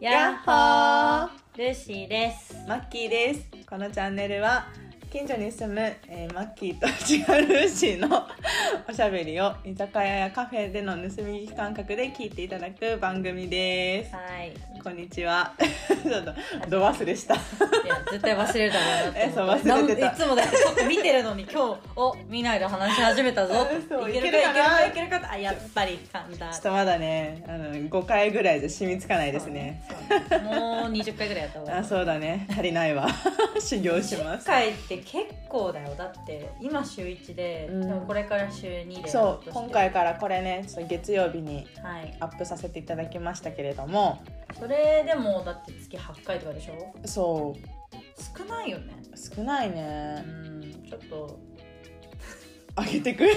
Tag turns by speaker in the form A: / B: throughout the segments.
A: やっほールーシーです
B: マッキーですこのチャンネルは近所に住む、えーマッキーと違うルーシーのおしゃべりを居酒屋やカフェでの盗み聞き感覚で聞いていただく番組です
A: はい
B: こんにちは ちょっとど忘れした
A: いや絶対忘れるだろうなと思って
B: えそう忘れてた
A: なんいつもだってちょっと見てるのに今日お見ないで話し始めたぞ
B: そう
A: いける
B: いける
A: かいける
B: かな
A: かいけるかとあやっぱり噛んだ
B: ちょっとまだねあの5回ぐらいじゃ染みつかないですね
A: そうねもう20回ぐらいやった方がい
B: あ
A: い
B: そうだね足りないわ 修行しま
A: 20
B: す
A: 回って結構だよだって今週1で、
B: うん
A: でもこれから週2で
B: そう今回
A: か
B: からこれねちょっと月曜日に
A: らはい
B: アップさせていただきましたけれども
A: それでもだって月8回とかでしょ
B: そう
A: 少ないよね
B: 少ないうね
A: んちょっと
B: 上げてくペー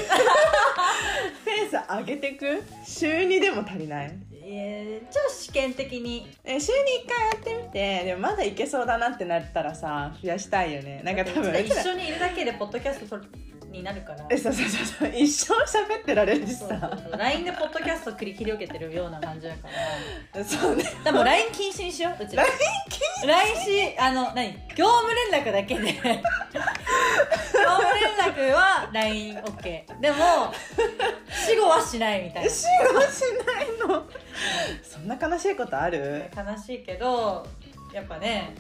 B: ス上げてく週にでも足りない
A: えー、じゃあ試験的に
B: え週に1回やってみてでもまだいけそうだなってなったらさ増やしたいよねなんか多分
A: 一緒にいるだけでポッドキャスト撮るになるから
B: えそうそうそうそう一生喋ってられるし
A: そうそう
B: さ
A: そう LINE でポッドキャスト繰り広げてるような感じだ から
B: そうね
A: でも LINE 禁止にしよううちら LINE 禁止 LINE しあの何業務連絡だけで 業務連絡は LINEOK でも死後はしないみたい
B: え
A: な
B: 死後しないのそんな悲しいことある
A: 悲しいけどやっぱね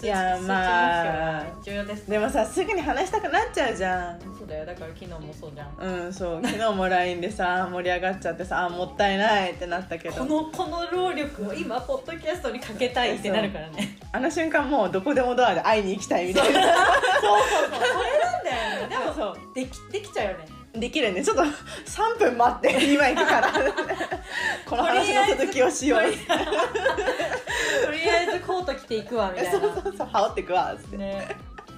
A: 数
B: いや
A: 数値
B: まあ
A: 目標は重要です
B: でもさすぐに話したくなっちゃうじゃん
A: そうだよだから昨日もそうじゃん
B: うんそう昨日も LINE で さ盛り上がっちゃってさあもったいないってなったけ
A: こ
B: ど
A: のこの労力を今ポッドキャストにかけたいってなるからね
B: あの瞬間もうどこでもドアで会いに行きたいみたいな
A: そうそうそうそれなんだよねでも
B: そう
A: できできちゃうよね
B: できるねちょっと3分待 って今行くからこの話の続きをしよう
A: とりあえずコート着ていくわみたい
B: そう
A: な
B: そうそう羽織ってくわっつって、
A: ね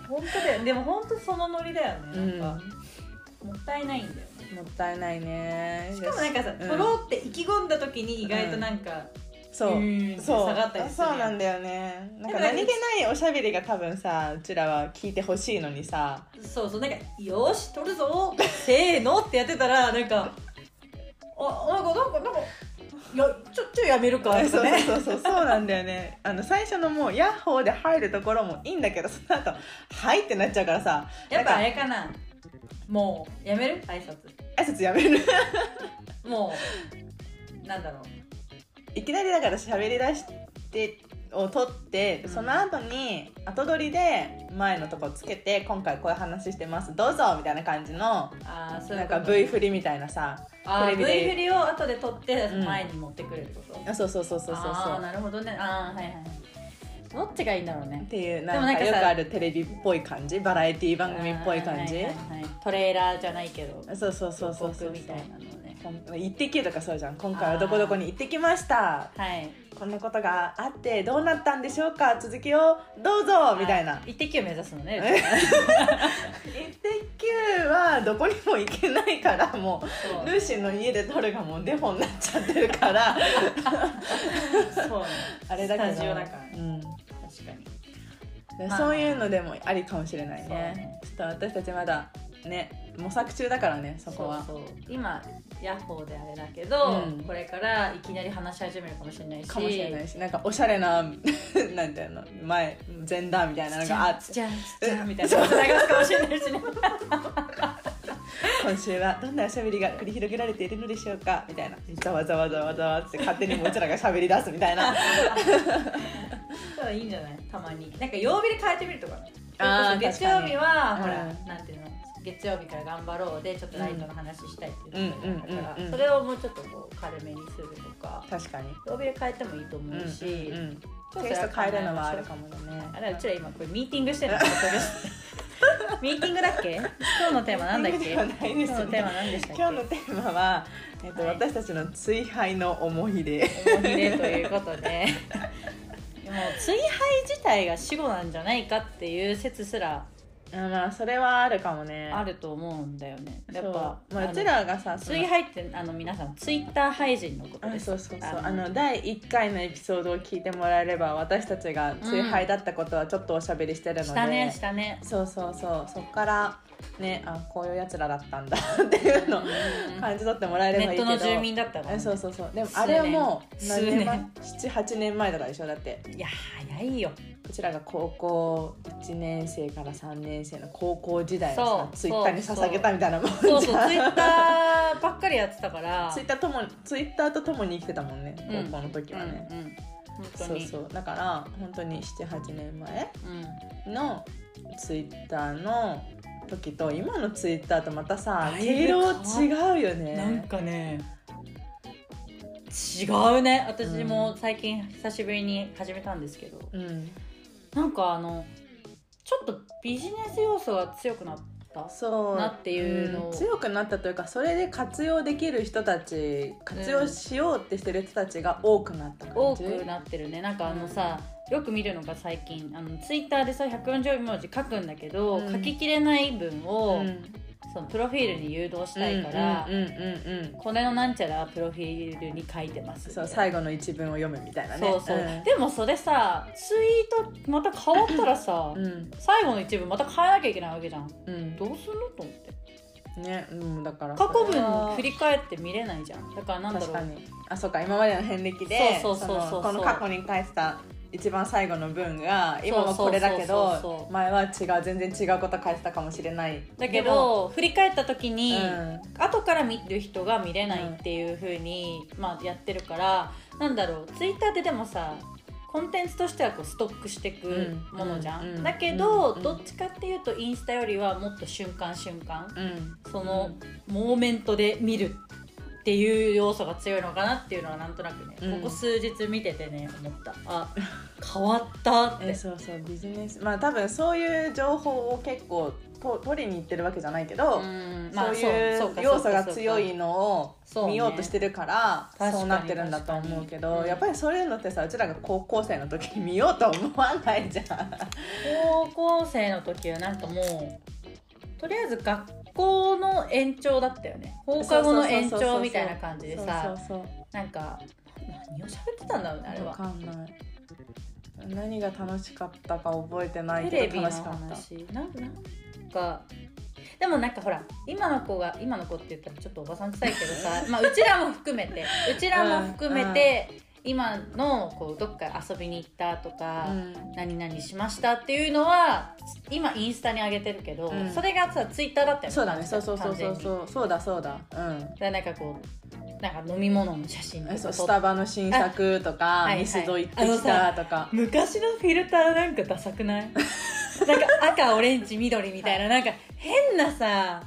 A: 本当だよでも本当そのノリだよね
B: うん
A: なん
B: も
A: か、もったいないんだよね
B: ったいないね
A: しかもなんかさ、
B: うん
A: 撮ろうって意気込んだ時に意外となんか、
B: そう、
A: ーんって
B: そう
A: 下がったりする
B: そうなん
A: だ
B: だよね
A: だ
B: なんか
A: から
B: 何気ないおしゃべりが多分さうちらは聞いてほしいのにさ
A: そうそうなんか「よーし撮るぞーせーの」ってやってたらなんか「あなんかなんかなんかいやちょちょやめるか」と
B: そうそ
A: か
B: う
A: ね
B: そうそうそうなんだよねあの最初のもう「ヤッホー」で入るところもいいんだけどその後はい」ってなっちゃうからさ
A: やっぱあれかなもうやめる挨拶
B: 挨拶やめる
A: もうなんだろう
B: いきなりだから喋り出してを取って、
A: うん
B: その後に後取りで前のとこつけて今回こういう話してますどうぞみたいな感じの
A: あーそうい
B: な
A: うんこと
B: か V 振りみたいなさ
A: あー
B: テレ
A: V
B: ビで
A: 振りを後で取って
B: うん
A: 前に持ってくるってこと、
B: あそうそうそうそうそう
A: あ
B: そ
A: ー
B: う
A: なるほどねああはいはいどっちがいいんだろうね
B: っていう
A: でも
B: な
A: なん
B: ん
A: か
B: か
A: さ
B: よくあるテレビっぽい感じバラエティ番組っぽい感じ、
A: あーはいはいはいトレーラーじゃないけど
B: そうそうそうそうそ
A: 広
B: う
A: 告みたいなのね
B: 行ってきとかそうじゃん今回はどこどこに行ってきました
A: はい
B: こんなことがあってどうなったんでしょうか続きをどうぞみたいな
A: 一滴を目指すのね うちは
B: 「イッテ Q!」はどこにも行けないからも
A: そう
B: うルーシーの家で撮るがもうデフォになっちゃってるから
A: そうね
B: あれだけど
A: スタジオだから
B: うん
A: 確かに
B: で
A: まあ
B: そういうのでもありかもしれないね
A: そうね
B: ちょっと私たちまだね模索中だからねそこは
A: そうそう今ヤッホーであれだけど、
B: うん
A: これからいきなり話し始めるかもしれないし
B: かもしれないしなんかおしゃれななんていうの前前段みたいなのがあって
A: じゃんじゃんみたいなこと流すかもしれないしね
B: 今週はどんなおしゃべりが繰り広げられているのでしょうかみたいなざわざわざわざわって勝手にもううちらがしゃべり出すみたいな
A: そういいんじゃないたまになんか曜日で変えてみるとか
B: あー
A: それこそ月曜日は
B: 確
A: ほ
B: かに
A: ら、
B: うん
A: なんていうの月曜日から頑張ろうでちょっとライトの話したいっていうのがあるから、
B: うんうんうんうん
A: それをもうちょっとこう軽めにするとか
B: 確かに
A: 曜日で変えてもいいと思うし、
B: うんうんうん
A: ちょっと
B: テイスト変えるのはあるかもね
A: あれうちら今これミーティングして るのミーティングだっけ今日のテーマなんだっけ
B: ミーティングで
A: 今日
B: はな
A: の
B: いですね
A: テーマなんでしたっけ
B: 今日のテーマは、えっと
A: はい
B: 私たちの追敗の思い出
A: 思い出ということ ででもう追敗自体が死後なんじゃないかっていう説すら
B: あまあそれはあるかもね
A: あると思うんだよねやっぱ
B: そう,、ま
A: あ
B: あ、
A: の
B: うちらがさその
A: 水配ってあの皆さんツイッター配信のこと
B: あ
A: です
B: そうそうそう
A: あの
B: あの第1回のエピソードを聞いてもらえれば私たちが追敗だったことはちょっとおしゃべりしてるので、
A: したねしたね
B: そうそうそうそっからねあこういうやつらだったんだっていうのを感じ取ってもらえれ
A: ネ
B: ば
A: ッ
B: いいけ
A: ト
B: ど
A: の住民だったから、
B: えそうそうそうでも
A: 数年
B: あれはもう
A: 数年
B: 78年前だから一緒だって
A: いや早い よ
B: うちらが高校1年生から3年生の高校時代をさ
A: そう
B: ツイッターに捧げたみたいなもんじゃ
A: そ
B: ん
A: うそうツイッターばっかりやってたから
B: ツイッターともツイッターと共に生きてたもんね
A: うん
B: 高校の時はね、
A: うんうん、本当
B: そう
A: に
B: そうだから本当に78年前
A: うん
B: のツイッターの時と今のツイッターとまたさ
A: だいぶ
B: 毛
A: 変わ
B: 色
A: っ
B: 違うよ
A: なん
B: ね
A: かね違うね私も最近久しぶりに始めたんですけど、
B: うん
A: なんかあのちょっとビジネス要素が強くなった
B: そう
A: なっていうのを
B: ん強くなったというかそれで活用できる人たち活用しようってしてる人たちが多くなった感
A: 多
B: じ、
A: くなってるねなんかあのさ、よく見るのが最近あのツイッターでさ140文字書くんだけど、
B: うん
A: 書ききれない文を、
B: うん
A: そのプロフィールに誘導したいから、
B: うんうんうんうん
A: これのなんちゃらプロフィールに書いてます
B: そう
A: みたい
B: 最後の一文を読むみたいな
A: な
B: ね
A: そうそう、でもそれさツイートまた変わったらさ、
B: うんうん
A: 最後の一文また変えなきゃいけないわけじゃんど
B: うん
A: うするのと思って
B: ねうんだから
A: 過去
B: それは
A: 文振り返って見れないじゃんだからなんだろ
B: 確か
A: う
B: にあそうか今までの遍歴で
A: そうそうそうそうそう
B: のこの過去に返した一番最後の文が今はこれだ
A: そ
B: け
A: うそうそう
B: ど
A: そう
B: 前は違う全然違うこと返したかもしれない
A: だけ
B: でも
A: ど振り返った時に、
B: うん
A: 後から見る人が見れないっていう風に、まあやってるからなんだろうツイッターででもさコンテンツとしてはこうストックしていくものじゃん、
B: うんうん
A: だけど、
B: うん
A: どっちかっていうとインスタよりはもっと瞬間瞬間
B: うん
A: そのモーメントで見るっていう要素が強いのかなっていうのはなんとなくね、
B: うん
A: ここ数日見ててね思った あ変わったっ
B: え
A: て
B: そうそうビジネスまあ多分そういう情報を結構と取りに行ってるわけじゃないけど、
A: ん
B: そういう要素が強いの
A: そう
B: を
A: ね
B: 見ようとしてるから
A: 確かに
B: そうなってるんだと思うけ
A: 確か
B: ど
A: に
B: やっぱりそういうのってさうちらが高校生の時に見ようと思わないじゃん。
A: 高校生の時はなんかもうとりあえず学校の延長だったよね放課後の延長みたいな感じでさ
B: そうそう
A: なんか何を喋ってたんだろうねあ
B: そう
A: れ
B: わ
A: は
B: かんない何が楽しかったか覚えてない
A: テレビ
B: け
A: の
B: ど楽しかった。
A: 話なんなんかでもなんかほら今の子が今の子って言ったらちょっとおばさん臭いけど さまあうちらも含めてうちらも含めて、今のこうどっか遊びに行ったとか、
B: うん
A: 何々しましたっていうのは今インスタに上げてるけど、
B: うん
A: それがさツイッターだったよ
B: そうだね、そう
A: 完
B: そうそうそう
A: 完全に
B: そう、そうだそうだ、うん、
A: だからなんかこうなんか飲み物の写真と
B: え
A: か
B: そう
A: 撮
B: ス
A: っ
B: タバの新作と
A: あ
B: か
A: は、いはい
B: ミスド行ってきたとか、
A: 昔のフィルターなんかダサく ないなんか赤オレンジ緑みたいななんか変なさ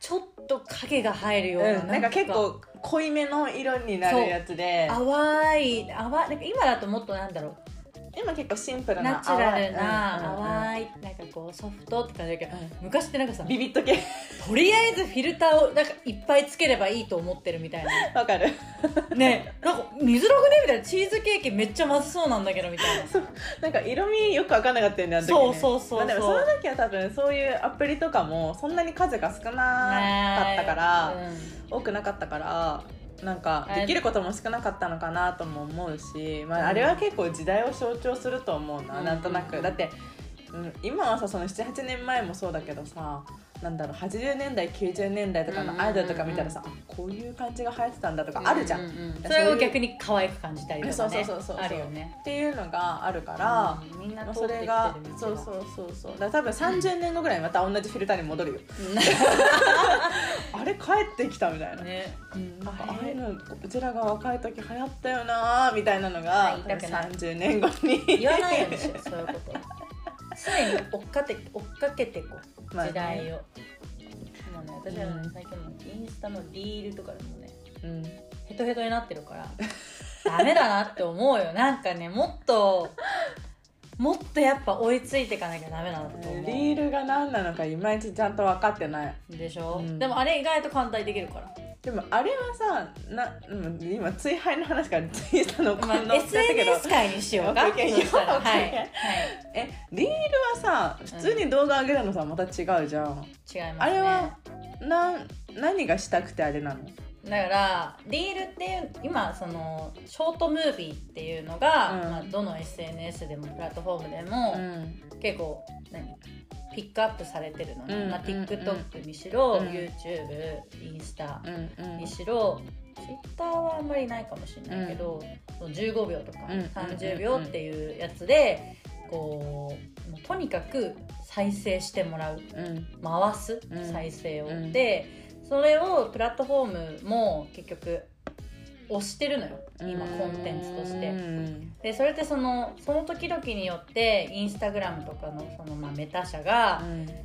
A: ちょっと影が入るような,、
B: うん、なんか結構濃いめの色になるやつで
A: 淡い淡いなんか今だともっとなんだろ
B: 今結構シンプ
A: う
B: ルな
A: ナチュラル
B: 淡いうんうん
A: な淡いなんかこうソフトって感じだけど、
B: う
A: 昔ってなんかさ
B: うんビビッと系
A: とりあえずフィルターをなんかいっぱいつければいいと思ってるみたいな
B: わかる
A: ねなんか見づらくねみたいなチーズケーキめっちゃまずそうなんだけどみたいな
B: なんか色味よく分かんなかったよねあの時ね
A: そうそうそうそう
B: まあでもその時は多分そういうアプリとかもそんなに数が少なかったから、
A: ね
B: 多くなかったからなんかできることも少なかったのかなとも思うし、まあ、あれは結構時代を象徴すると思うな、
A: うん
B: なんとなくだって、うん、今はさその78年前もそうだけどさなんだろう80年代90年代とかのアイドルとか見たらさ、あこういう感じが流行ってたんだとかあるじゃん、
A: うううそ
B: だから
A: れ
B: そういう
A: を逆に可愛く感じたりとかね
B: そうそうそうそう
A: あるよね
B: っていうのがあるから、
A: うんみんな
B: まあ
A: 通っ
B: そ
A: てきて
B: れ
A: る
B: が
A: 道が
B: そうそうそうそうだから多分30年後ぐらいにまた同じフィルターに戻るよ、あれ帰ってきたみたいな、
A: ね
B: なんかああいうのうちらが若い時流行ったよなみたいなのが
A: はい
B: 多分
A: だから
B: 30年後に
A: 言わないようにしようそういうこと常に追っかけ追っかけてこう
B: まあね
A: 時代を、もうね私はね
B: うん
A: 最近もうインスタのリールとかでもね
B: うん
A: ヘトヘトになってるからダメだなって思うよなんかねもっともっとやっぱ追いついていかなきゃダメなんだと思
B: リールが何なのかいまいちちゃんと分かってないう
A: でしょ、
B: うん
A: でもあれ意外と簡単にできるから
B: でもあれはさな、うん、今追廃の話からツイッターのこ
A: ま
B: んな
A: あ、SNS 界にしようか。
B: オッケー
A: そしたら
B: オッケー
A: はい、はい、
B: えリールはさ普通に動画上げるのさまた違うじゃん、
A: 違いますね。
B: あれはなん何がしたくてあれなの
A: だからリールっていう今そのショートムービーっていうのが、
B: うん
A: まあ、どの SNS でもプラットフォームでも、
B: ん
A: 結構何ピックアップされてるのね、
B: うん
A: まあ、
B: うん
A: TikTok にしろ、
B: うん
A: YouTube インスタ
B: うんうん
A: にしろ、Twitter はあんまりないかもしれないけど、その15秒とか
B: うん
A: 30秒っていうやつでこうもうとにかく再生してもらう
B: うん
A: 回す
B: うん
A: 再生を、
B: うん
A: でそれをプラットフォームも結局押してるのよ今コンテンツとして。
B: うん
A: でそれってそのその時々によってインスタグラムとかのそのまあメタ社が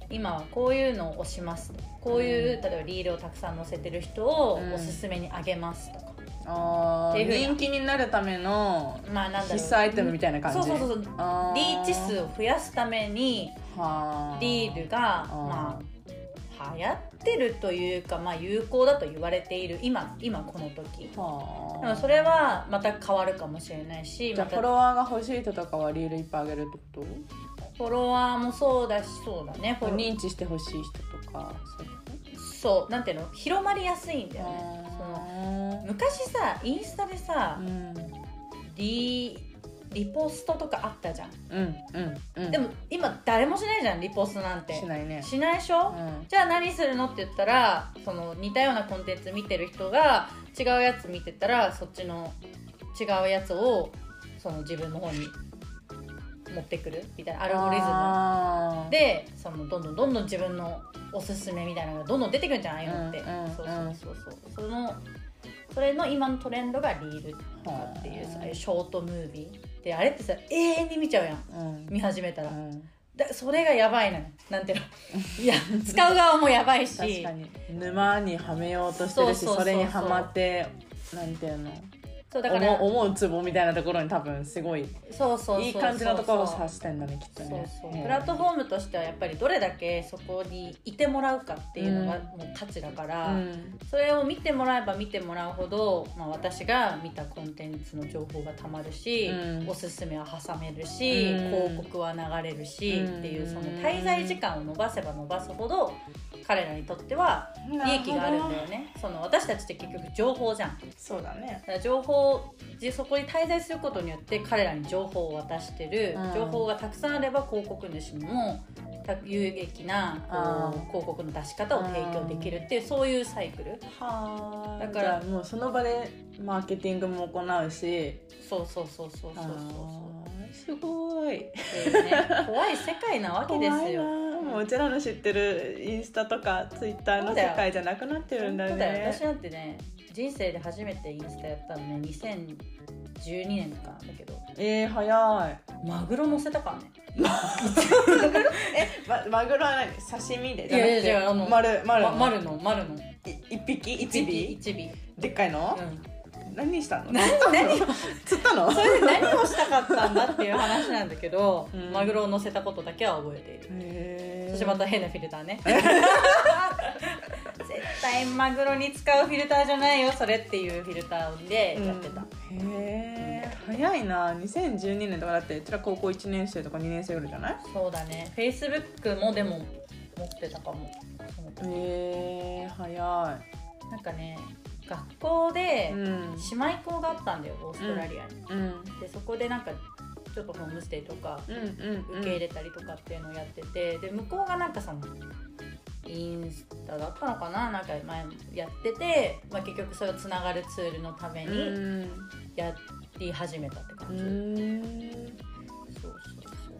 A: 今はこういうのを押しますこういう、
B: うん
A: 例えばリールをたくさん載せてる人を
B: うん
A: おすすめにあげますとか、
B: あ
A: ってい
B: ー
A: うふうに
B: 人気になるための
A: まあなんだろう
B: 必須アイテムみたいな感じ
A: そうそうそうそう
B: あ
A: リーチ数を増やすために
B: はー
A: リールが
B: ー
A: まあ流行ってるというか、まあ、有効だと言われている今今この時
B: は
A: で
B: ー
A: もそれはまた変わるかもしれないし
B: じ
A: ま
B: ゃあ
A: た
B: フォロワーが欲しい人とかはリールいっぱいあげるってこ
A: フォロワーもそうだしそうだねフ
B: と
A: ォロ
B: 認知してほしい人とかそういうこと
A: そうなんていうの広まりやすいんだよねその
B: あ
A: 昔さインスタでさ
B: ーうん
A: リリポストとかあったじゃん
B: うんうんうん
A: でも今誰もしないじゃんリポストなんて
B: しないね
A: しないでしょ、
B: うん
A: じゃあ何するのって言ったらその似たようなコンテンツ見てる人が違うやつ見てたらそっちの違うやつをその自分の方に持ってくるみたいなアルゴリズム
B: あー
A: でそのどんどんどんどん自分のおすすめみたいなのがどんどん出てくるんじゃないのって、
B: うんうんうん
A: そうそうそうそうそのそれの今のトレンドがリールとかっていう
B: はあ
A: そういうショートムービーであれってさ永遠に見ちゃうやん
B: うん
A: 見始めたら、
B: うん
A: だそれがやばいのよなんていうのいや使う側もやばいし
B: 確かに沼にはめようとしてるし
A: そうそうそうそう
B: それにはまってなんていうの
A: そうだから
B: 思う思うツボみたいなところに多分すごい
A: そうそうそうそう
B: いい感じのところを
A: そう
B: 指してんだねきっとね
A: そうプラットフォームとしてはやっぱりどれだけそこにいてもらうかっていうのが
B: うん
A: もう価値だか
B: う
A: ら、
B: ん
A: それを見てもらえば見てもらうほど、まあ、私が見たコンテンツの情報がたまるし、
B: うん
A: おすすめは挟めるし、
B: うん
A: 広告は流れるし、
B: うん
A: っていうその滞在時間を延ばせば延ばすほど彼らにとっては利益があるんだよねその私たちって結局情報じゃん
B: そうだね
A: だから情報でそこに滞在することによって彼らに情報を渡してる、
B: うん
A: 情報がたくさんあれば広告主にもた有益なこう
B: うん
A: 広告の出し方を提供できるっていうそういうサイクル
B: はあ
A: だ
B: だ
A: か
B: かららもうその場でマーケティングも行うし
A: そうそうそうそうそうそう
B: あーす
A: そう
B: ごい
A: っていうね怖い世界なわけです
B: 怖いな
A: よ
B: あもううちらの知ってるインスタとかツイッターの世界じゃなくなってるんだね
A: 本当だよ私なんてね人生で初めてインスタやったのね2012年とかなんだけど
B: えー、早い
A: マグロ乗せたからね
B: え、ま、マグロは何刺身で
A: いやいや
B: じゃな
A: 違
B: くて
A: うあの
B: 丸丸
A: ま丸の丸の
B: い一匹一尾
A: 一尾
B: でっかいの、
A: うん
B: 何したの
A: 何何を
B: 釣ったの
A: それで何をしたかったんだっていう話なんだけど、
B: うん
A: マグロを乗せたことだけは覚えている、
B: へー
A: そしてまた変なフィルターね絶対マグロに使うフィルターじゃないよそれっていうフィルターでやってた、
B: うんへー早いな2012年とかだってうちら高校1年生とか2年生ぐらいじゃない
A: そうだねフェイスブックもでも持ってたかもその時
B: へえ早
A: なんかね学校で
B: いうん
A: 姉妹校があったんだよオーストラリアに、
B: うん
A: でそこでなんかちょっとホームステイとか
B: うんうん
A: 受け入れたりとかっていうのをやってて、で向こうがなんかそのインスタだったのかななんか前やってて、まあ、結局それをつながるツールのために
B: うん
A: やり始めたって感
B: う
A: じ、
B: ん
A: そうそうそう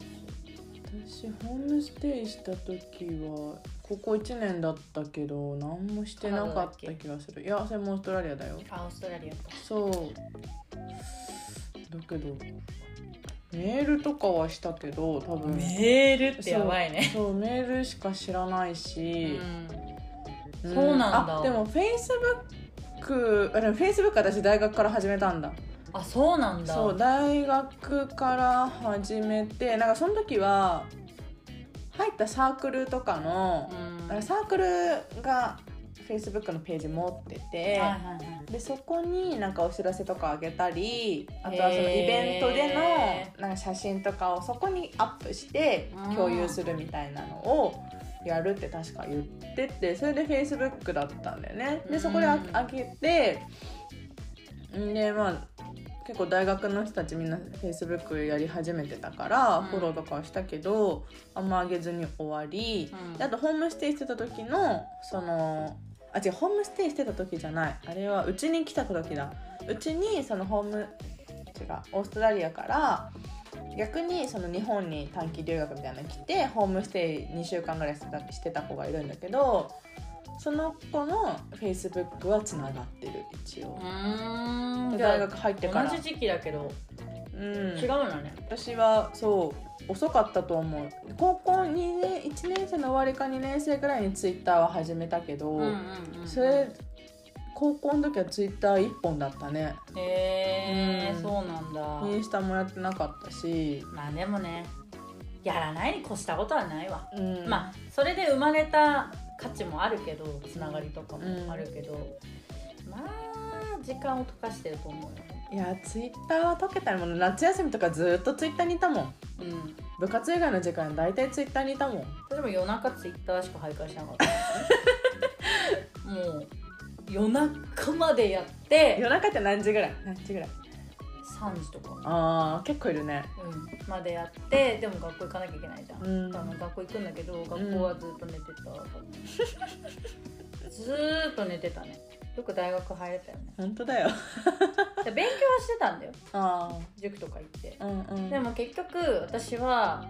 B: 私ホームステイした時はここ1年だったけど何もしてなかった気がするいやそれもオーストラリアだよ
A: あオーストラリアか
B: そうだけどメールとかはしたけど多分
A: メールって
B: そ
A: や
B: う
A: ばいね
B: そうメールしか知らないうし、
A: んそうなんだ
B: あでもフェイスブックあでもフェイスブック私大学から始めたんだ
A: あそうなんだ
B: そう大学から始めてなんかその時は入ったサークルとかの
A: う、ん
B: なんかサークルが Facebook のページ持って
A: い
B: て、
A: はいはい
B: でそこになんかお知らせとかあげたりあとはそのイベ
A: へー
B: ントでのなんか写真とかをそこにアップして
A: うん
B: 共有するみたいなのをやるって確か言っててそれで Facebook だったんだよね。
A: う
B: で
A: ん
B: そこでああげてんでまあ結構大学の人たちみんな Facebook やり始めてたから
A: うん
B: フォローとかはしたけどあんま上げずに終わり、
A: うん
B: であとホームステイしてた時のそのあ違うホームステイしてた時じゃないあれはうちに来た時だうちにそのホーム違うオーストラリアから逆にその日本に短期留学みたいなの来てホームステイ2週間ぐらいしてたしてた子がいるんだけどその子のフェイスブックはつながってる一応
A: う、ーんじゃあ
B: 大学入ってから
A: 同じ時期だけど
B: うん
A: 違うのね
B: 私はそう遅かったと思う高校2年1年生の終わりか2年生ぐらいにツイッターは始めたけど、
A: うんうんうん
B: それ高校の時はツイッター1本だったね
A: へえ
B: うん
A: そうなんだ
B: インスタもやってなかったし、
A: まあでもねやらないに越したことはないわ
B: うん
A: まあそれで生まれた価値もあるけどつながりとかもあるけど、まあ時間を溶かしてると思うよ、
B: いやツイッターは解けたもの夏休みとかずっとツイッターにいたもん
A: うん、
B: 部活以外の時間大体ツイッターにいたもん
A: 私も夜中ツイッターしか徘徊しなかったですねもう夜中までやって
B: 夜中って何時ぐらい何時ぐらい
A: 3時とか、
B: あー結構いるね
A: うん、までやってでも学校行かなきゃいけないじゃん、
B: うん
A: 多分学校行くんだけど学校はずっと寝てた、ずーっと寝てたねよく大学入れたよね
B: 本当だよ
A: で勉強はしてたんだよ
B: あ
A: 塾とか行って
B: あうんうん
A: でも結局私は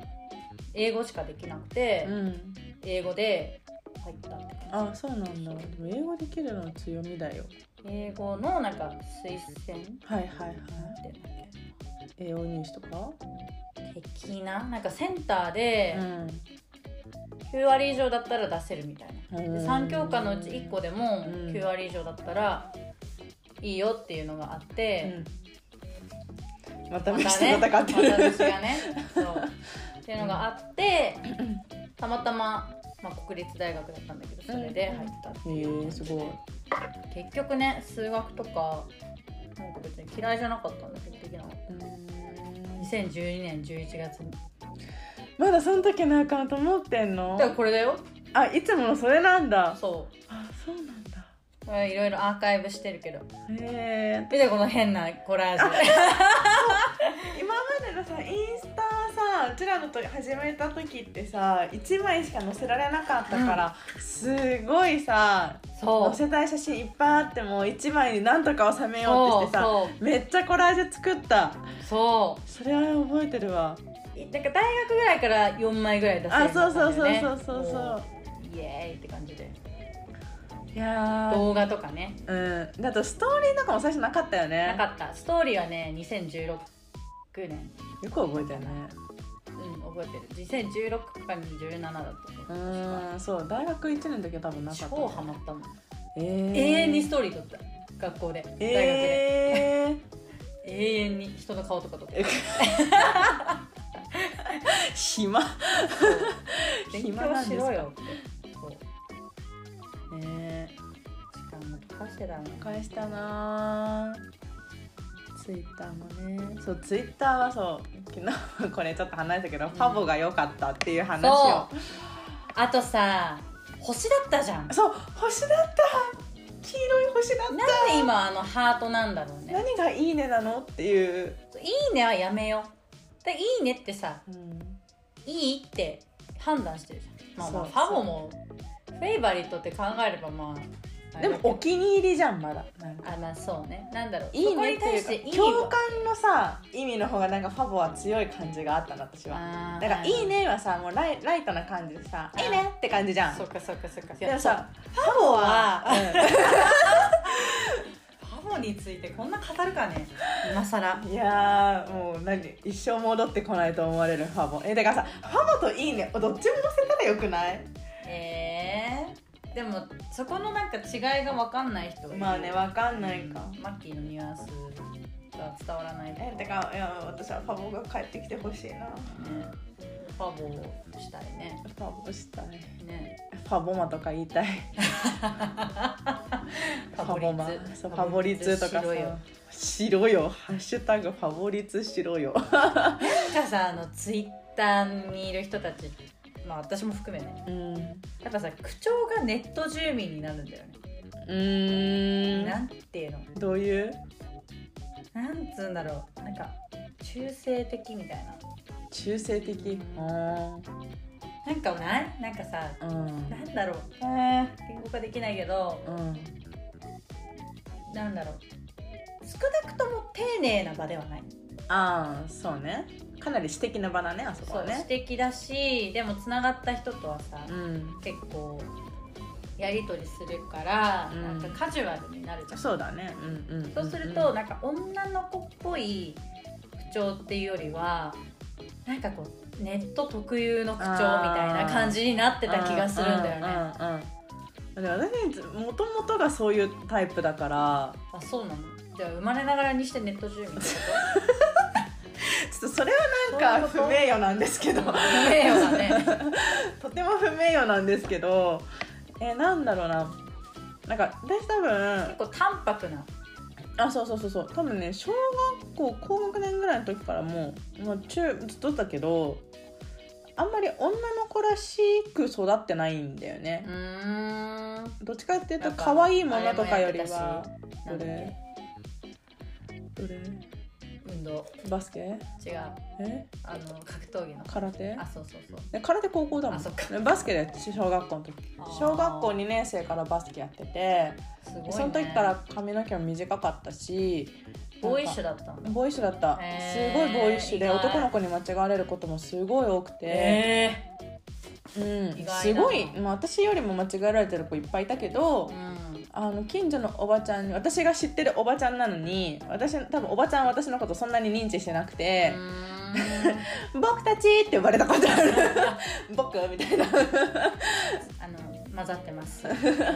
A: 英語しかできなくて、
B: うん
A: 英語で入ったって感
B: あそうなんだでも英語できるのは強みだよ
A: じ英語のなんか推薦
B: はいはいはい
A: って
B: 英語入試とか
A: 的ななんかセンターで
B: う
A: 9割以上だったら出せるみたい
B: ん
A: な、3教科のうち1個でも
B: うん
A: 9割以上だったらいいよっていうのがあって、
B: うんまた
A: また
B: 飯
A: ね
B: と戦ってる、
A: また私が ねそうっていうのがあってたまたま、まあ、国立大学だったんだけどそれで入ったって
B: へ
A: いう感じで、
B: えすごい
A: 結局ね数学とかなんか別に嫌いじゃなかったんだけどできなかった2012年11月に
B: まだその時のアカウント持ってん
A: だ
B: の
A: からこれだよ
B: あいつものそれなんだ
A: そ
B: あそうなんだ
A: うこれいろいろアーカイブしてるけど
B: へえ
A: 見てこの変なコラージュ
B: 今までのさインスタさうちらのと始めた時ってさ1枚しか載せられなかったから、すごいさ
A: そう
B: 載せたい写真いっぱいあっても1枚になんとか収めようって
A: そ
B: し
A: う
B: てさ
A: そ
B: めっちゃコラージュ作った
A: うそ
B: それは覚えてるわ
A: うなんか大学ぐらいから4枚ぐらい出せるよ
B: あ
A: にな
B: そう
A: った
B: そうんそ
A: だ
B: う
A: よね
B: そうそうそう
A: もうイエーイって感じで
B: いやー
A: 動画とかね
B: うんだとストーリーとかも最初なかったよ
A: な
B: ね
A: かったストーリーはね2016年
B: よく覚えたよね
A: うん覚えてる2016か2017だった
B: う
A: と思う
B: ーんそう大学1年の時は多分なかった
A: 超ハマったもん
B: えー、
A: 永遠にストーリー撮った学校で、大学で
B: え
A: 永遠に人の顔とか 撮って
B: えー、 暇
A: 勉
B: 暇な
A: 強
B: んで
A: し
B: すか
A: ろよってそう
B: ね
A: 時間も溶かしてたね
B: 返したなツイッターもねそうツイッターはそう昨日 これちょっと話したけど、ファボが良かったっていう話を
A: そうあとさ星だったじゃんなんで
B: そう星だった黄色い星だった
A: 今あのハートなんだろうね
B: 何がいいねなのっていう、
A: いいねはやめようでいいねってさいいって判断してるじゃんまあまあ
B: そう
A: ファボもフェイバリットって考えればまああ
B: で
A: れだ
B: も
A: けど
B: お気に入りじゃんまだなんか
A: あまあそうねなんだろう
B: いい
A: そこ
B: ね
A: に
B: って
A: 対
B: い
A: していう
B: か
A: い
B: 共
A: は
B: 感のさ意味の方がなんかファボは強い感じがあったな私は
A: あー
B: なんか「いいね」はさもうライライトな感じでさ「いいね」って感じじゃん
A: そっかそっかそっか
B: でもさ
A: ファボは
B: う
A: ハモについてこんな語るかね今更
B: んいやーもう何一生戻ってこないと思われるファボえだからさファボと「いいね」どっちも載せたらよくない
A: えー、でもそこのなんか違いが分かんない人はいる
B: まあねわかんないか、
A: うんマッキーのニュアンスが伝わらない
B: えだからいや私はファボが帰ってきてほしいな
A: ねファボしたいね
B: ファボしたい
A: ね
B: フパボマとか言い たい
A: ファボ
B: ボ
A: リ
B: マ
A: ツ
B: そうファボリツとか
A: し
B: さ
A: ろよ
B: しろよハッシュタグファボリツしろよ
A: なんかさあのツイッターにいる人たちまあ私も含めね
B: うん
A: やっぱさ口調がネット住民になるんだよね、なんていうの
B: どういう
A: なんつうんだろうなんか中性的みたいな
B: 中性的あ
A: なんかないなんかさ
B: ーうん
A: なんだろうあー言語化できないけど
B: うん
A: なんだろう少なくとも丁寧な場ではない
B: ああそうねかなり私的な場だねあそこ
A: そう
B: はね
A: 素敵だしでもつながった人とはさ、
B: うん
A: 結構やり取りするから、
B: うん
A: なんかカジュアルになるじゃん
B: そうだねうんうんんん
A: そうするとなんか女の子っぽい口調っていうよりはなんかこうネット特有の口調みたいな感じになってた気がするんだよねあ
B: うんうんうんうんで私もともとがそういうタイプだから
A: そうなのじゃあ生まれながらにしてネット住民ってこ
B: ちょっとそれは なんか
A: そういうこと
B: 不名誉なんですけど
A: と不名誉だね
B: とても不名誉なんですけどえなんだろうななんか私多分
A: 結構淡白な
B: あそうそうそうそう多分ね小学校高学年ぐらいの時からもうもう中ずっとだけどあんまり女の子らしく育ってないんだよね
A: う、ーん
B: どっちかっていう
A: な
B: と
A: んか
B: 可愛いものとかより
A: あ
B: は
A: れもやってたし
B: どれどれ
A: 運動
B: バスケ
A: 違う
B: え
A: あの格闘技の
B: 空手
A: あそうそうそう
B: え空手高校だも
A: あそっか
B: んバスケだよ小学校の時
A: あー
B: 小学校2年生からバスケやってて、
A: すごい、ね、
B: その時から髪の毛も短かったし
A: ボーイッシュ
B: ュ
A: だったんだ
B: ボーイッシュだったす
A: へー
B: ごいボーイッシュ
A: 意
B: で
A: 外
B: 男の子に間違われることもすごい多くて、
A: え
B: うん
A: 意外だな
B: すごい、まあ、私よりも間違えられてる子いっぱいいたけど、
A: うん
B: あの近所のおばちゃんに私が知ってるおばちゃんなのに私多分おばちゃんは私のことそんなに認知してなくて
A: うーん
B: 「僕たち!」って呼ばれたことある 「僕?」みたいな
A: あの混ざってます。女が混ざ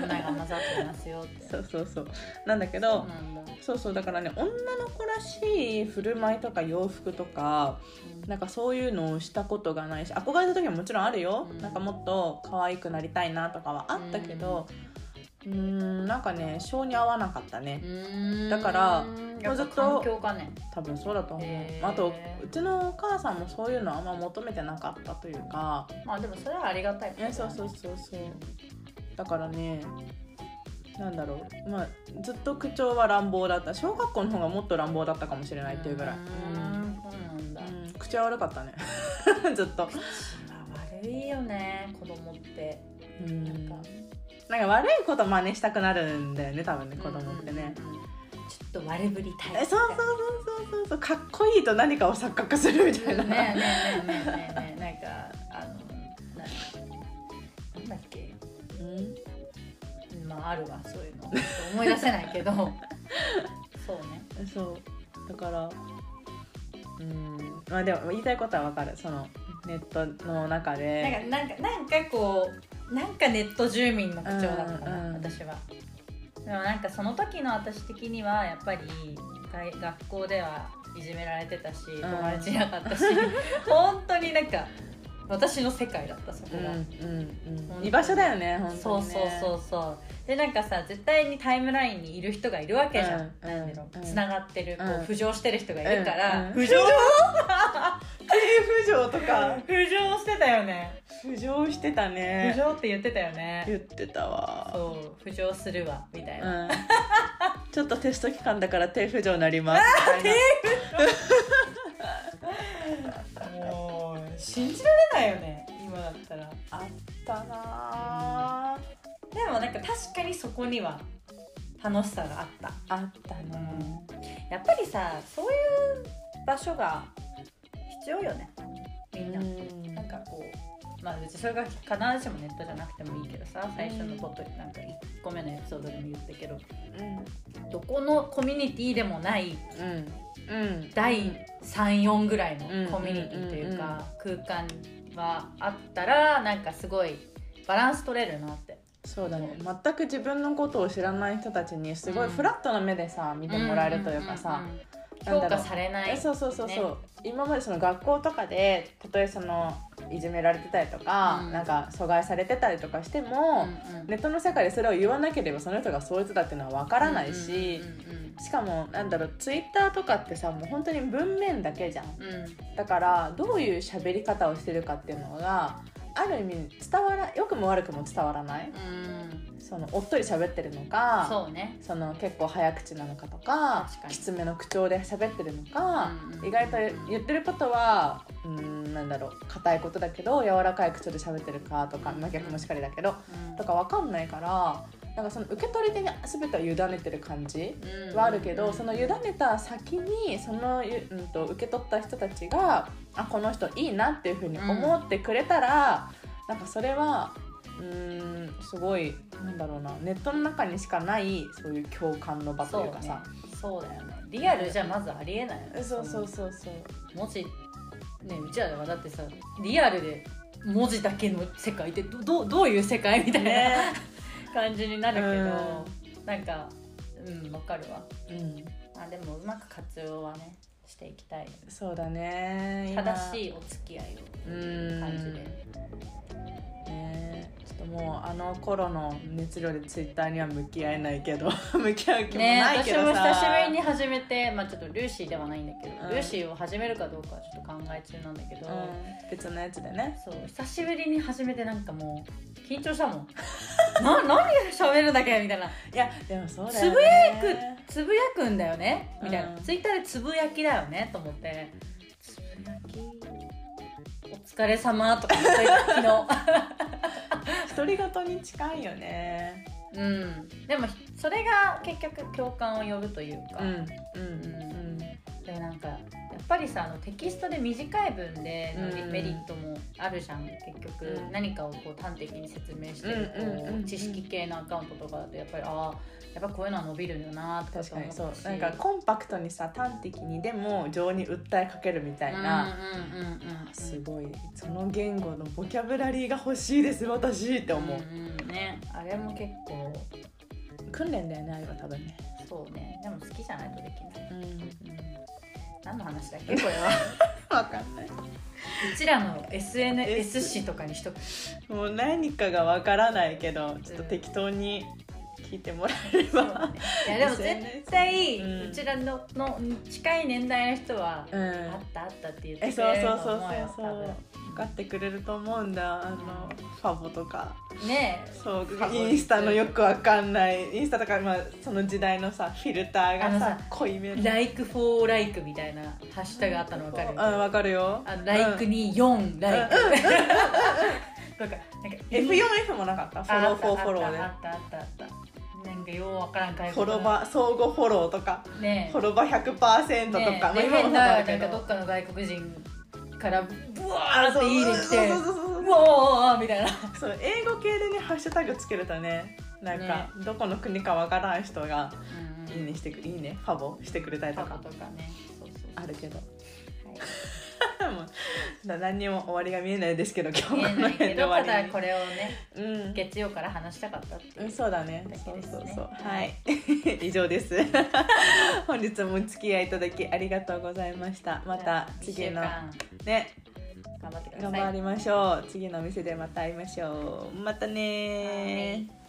A: ってますよって。
B: そうそうそうなんだけ
A: そう
B: ど
A: なんだ。
B: そうそうだからね女の子らしい振る舞いとか洋服とかなんかそういうのをしたことがないし憧れた時はもちろんあるよ、
A: うん
B: なんかもっと可愛くなりたいなとかはあったけどうーんなんかね性に合わなかったね、
A: うん
B: だから
A: やっ
B: ず
A: ぱ
B: っと
A: 環境かね。
B: 多分そうだと思う、
A: へー
B: あとうちのお母さんもそういうのあんま求めてなかったというか
A: まあでもそれはありがたいことだ
B: え
A: ね。
B: そうそうそうそうだからねなんだろうまあずっと口調は乱暴だった小学校の方がもっと乱暴だったかもしれないっていうぐらい、
A: う
B: うん
A: んそうなんだ。
B: うん口は悪かったね ずっと
A: 悪いよね子供って。
B: うん
A: なんか
B: なんか悪いこと真似したくなるんだよね多分ね子供ってね、。
A: うんうんうんちょっと悪ぶりたい。
B: えそうそうそうそうそうそうかっこいいと何かを錯覚するみたい
A: ね
B: な、
A: えねえねえねえねえねえなんかあのなんなんだっけ。
B: うん
A: まああるわそういうの思い出せない けどそうね
B: そうだからうんまあでも言いたいことはわかるそのネットの中で
A: なんかなんかなんかこうなんかネット住民の口調だったな、
B: うんうん
A: 私はでもなんかその時の私的にはやっぱりがい学校ではいじめられてたし
B: ん
A: 友達いなか ったし、本当になんか私の世界だったそこ
B: うん
A: が、
B: うん
A: 当
B: うん
A: に
B: 居場所だよね本
A: そう
B: 当に、ね、
A: そうそうそうでなんかさ絶対にタイムラインにいる人がいるわけじゃん、
B: うん
A: なんだろう
B: うん
A: つながってる、
B: う
A: こ
B: ん
A: う浮上してる人がいるから、
B: うんうん
A: 浮上
B: 低浮上とか
A: 浮上してたよね
B: 浮上してた
A: 浮
B: ね
A: 上って言ってたよね
B: 言ってたわ
A: そう浮上するわみたいな、
B: うんちょっとテスト期間だから低浮上になりますみたいな
A: もう信じられないよね今だったら
B: あったな
A: でもなんか確かにそこには楽しさがあった
B: あったね
A: やっぱりさそういう場所が必要よねみんな、
B: うん
A: なんかこうまあ別にそれが必ずしもネットじゃなくてもいいけどさ最初のことなんか1個目のエピソードでも言ったけどどこのコミュニティでもない
B: うんうんうん
A: 第34ぐらいの
B: うん
A: コミュニティというか空間はあったらなんかすごいバランス取れるなって
B: そうだね全く自分のことを知らない人たちにすごいフラットな目でさ見てもらえるというかさ、
A: んんん
B: な
A: 評
B: んだろ
A: 価
B: う
A: されない
B: えそうそうそうそう、今までその学校とかでたとえそのいじめられてたりとか、
A: うん
B: なんか阻害されてたりとかしても、
A: うんうん
B: ネットの世界でそれを言わなければその人がそういう人だっていうのは分からないし、しかもなんだろうツイッターとかってさもう本当に文面だけじゃん
A: うんうんうんうん
B: だからどういう喋り方をしてるかっていうのがある意味伝わら良くも悪くも伝わらない
A: うん
B: そのおっとり喋ってるのか
A: そうね
B: その結構早口なのかとか
A: 確かに
B: きつめの口調で喋ってるのか、
A: うんうん
B: 意外と言ってることはうーんなんだろう硬いことだけど柔らかい口調で喋ってるかとか、
A: うんうん
B: まあ、逆もしかりだけど
A: うん
B: とかわかんないからなんかその受け取り手に全てを委ねてる感じ
A: うん
B: はあるけど、
A: うん
B: その委ねた先にその、ゆうん、と受け取った人たちがあこの人いいなっていうふうに思ってくれたら、なんかそれはうーんすごいなんだろうなネットの中にしかないそういう共感の場というかさ
A: そうだよねリアルじゃまずありえないよね
B: そうそう
A: そ
B: そうそう
A: の文字ねうちらはだってさリアルで文字だけの世界ってどどうどういう世界みたいな、
B: ね
A: 感じになるけど、なんかうんわかるわ
B: うん
A: あでもうまく活用はねしていきたいよね
B: そうだね
A: 正し
B: い
A: いお付き合いを
B: うん
A: 感じで
B: ねちょっともうあの頃の熱量でツイッターには向き合えないけど 向き合う気も
A: ね
B: ないけ
A: 私
B: どさ、
A: も久しぶりに始めてまあちょっとルーシーではないんだけど、
B: うん
A: ルーシーを始めるかどうかはちょっと考え中なんだけど、
B: うん、別のやつでね
A: そう久しぶりに始めてなんかもう緊張したもん な何喋るんだっけみたいない
B: やでもそうだよ
A: つぶ
B: ね
A: くつぶやくんだよねみたいな、
B: うん
A: ツイッターでつぶやきだよねと思ってつぶやきお疲れ様とか言っといた昨日
B: 独り言に近いよね
A: うんでもそれが結局共感を呼ぶというか、
B: うん
A: んでもなんかやっぱりさあのテキストで短い文での
B: うん
A: メリットもあるじゃん、結局、
B: うん
A: 何かをこう端的に説明してる、
B: うんうんうんうん
A: こう知識系のアカウントとかだとやっぱりああやっぱこういうのは伸びるよなとか
B: 確かにそう
A: 思し
B: なんかコンパクトにさ端的にでも情に訴えかけるみたいな、
A: うんうんうんうんうん、
B: すごいその言語のボキャブラリーが欲しいです私って思う、
A: んうんねあれも結構
B: 訓練だよねあれは多分ね、
A: そうねでも好きじゃないとできない、
B: うん、
A: うん、何の話だっけこれは
B: 分かんないう
A: ちらの SNS 誌とかにしとく
B: もう何かがわからないけどちょっと適当に聞いてもらえれ
A: そう
B: ば、
A: ねいやでも絶対、
B: うん
A: うちらのの近い年代の人は、
B: うん
A: あったあったって言っ
B: え
A: てく
B: そう
A: れる
B: そ
A: と
B: うそう
A: 思うよ
B: そうそう分かってくれると思うんだあのファボとか
A: 多分ねえ
B: そう
A: ファボ
B: インスタのよくわかんないインスタとか、まあ、その時代のさフィルターがさ
A: あのさ
B: 濃いめ
A: 「like for like」みたいなハッシュタグあったの分かる、
B: うんわかるよ
A: あの like に4 like、なんかなんか
B: F4F もなかったフォローフォーフォローで
A: あったあったあったあったなんかようわからん外
B: フォ
A: 国の
B: ロバ相互フォローとか
A: ね
B: フォロバ100%とか、
A: ね
B: まあ、
A: で
B: 今もそ
A: 変
B: う
A: な
B: だ
A: な
B: け
A: ん
B: ど
A: かどっかの外国人からブワ
B: あ
A: ーっていいね来て
B: そうそうそうそうそう
A: うわーみたいな
B: そう英語系でねハッシュタグつけるとねなんか、
A: ね
B: どこの国かわからん人が「いいね」してくいいねファボしてくれたりと
A: パパ
B: か
A: とかねそうそう
B: あるけども
A: はいう
B: 何にも終わりが見えないですけど今日は
A: 見え
B: こ
A: な
B: の
A: いけ
B: 辺で
A: どた
B: 終わ
A: だ
B: りに
A: これをね
B: うん
A: 月曜から話したかったって
B: う、
A: いうん
B: そうだね
A: だ
B: そ
A: け
B: う
A: です
B: そ
A: ね
B: うそうは
A: はい
B: い 以上です本日もお付き合いいただきありがとうございましたまた次の
A: 一週間
B: ね
A: 頑張ってください
B: 頑張りましょう次のお店でまた会いましょうまたねー
A: はい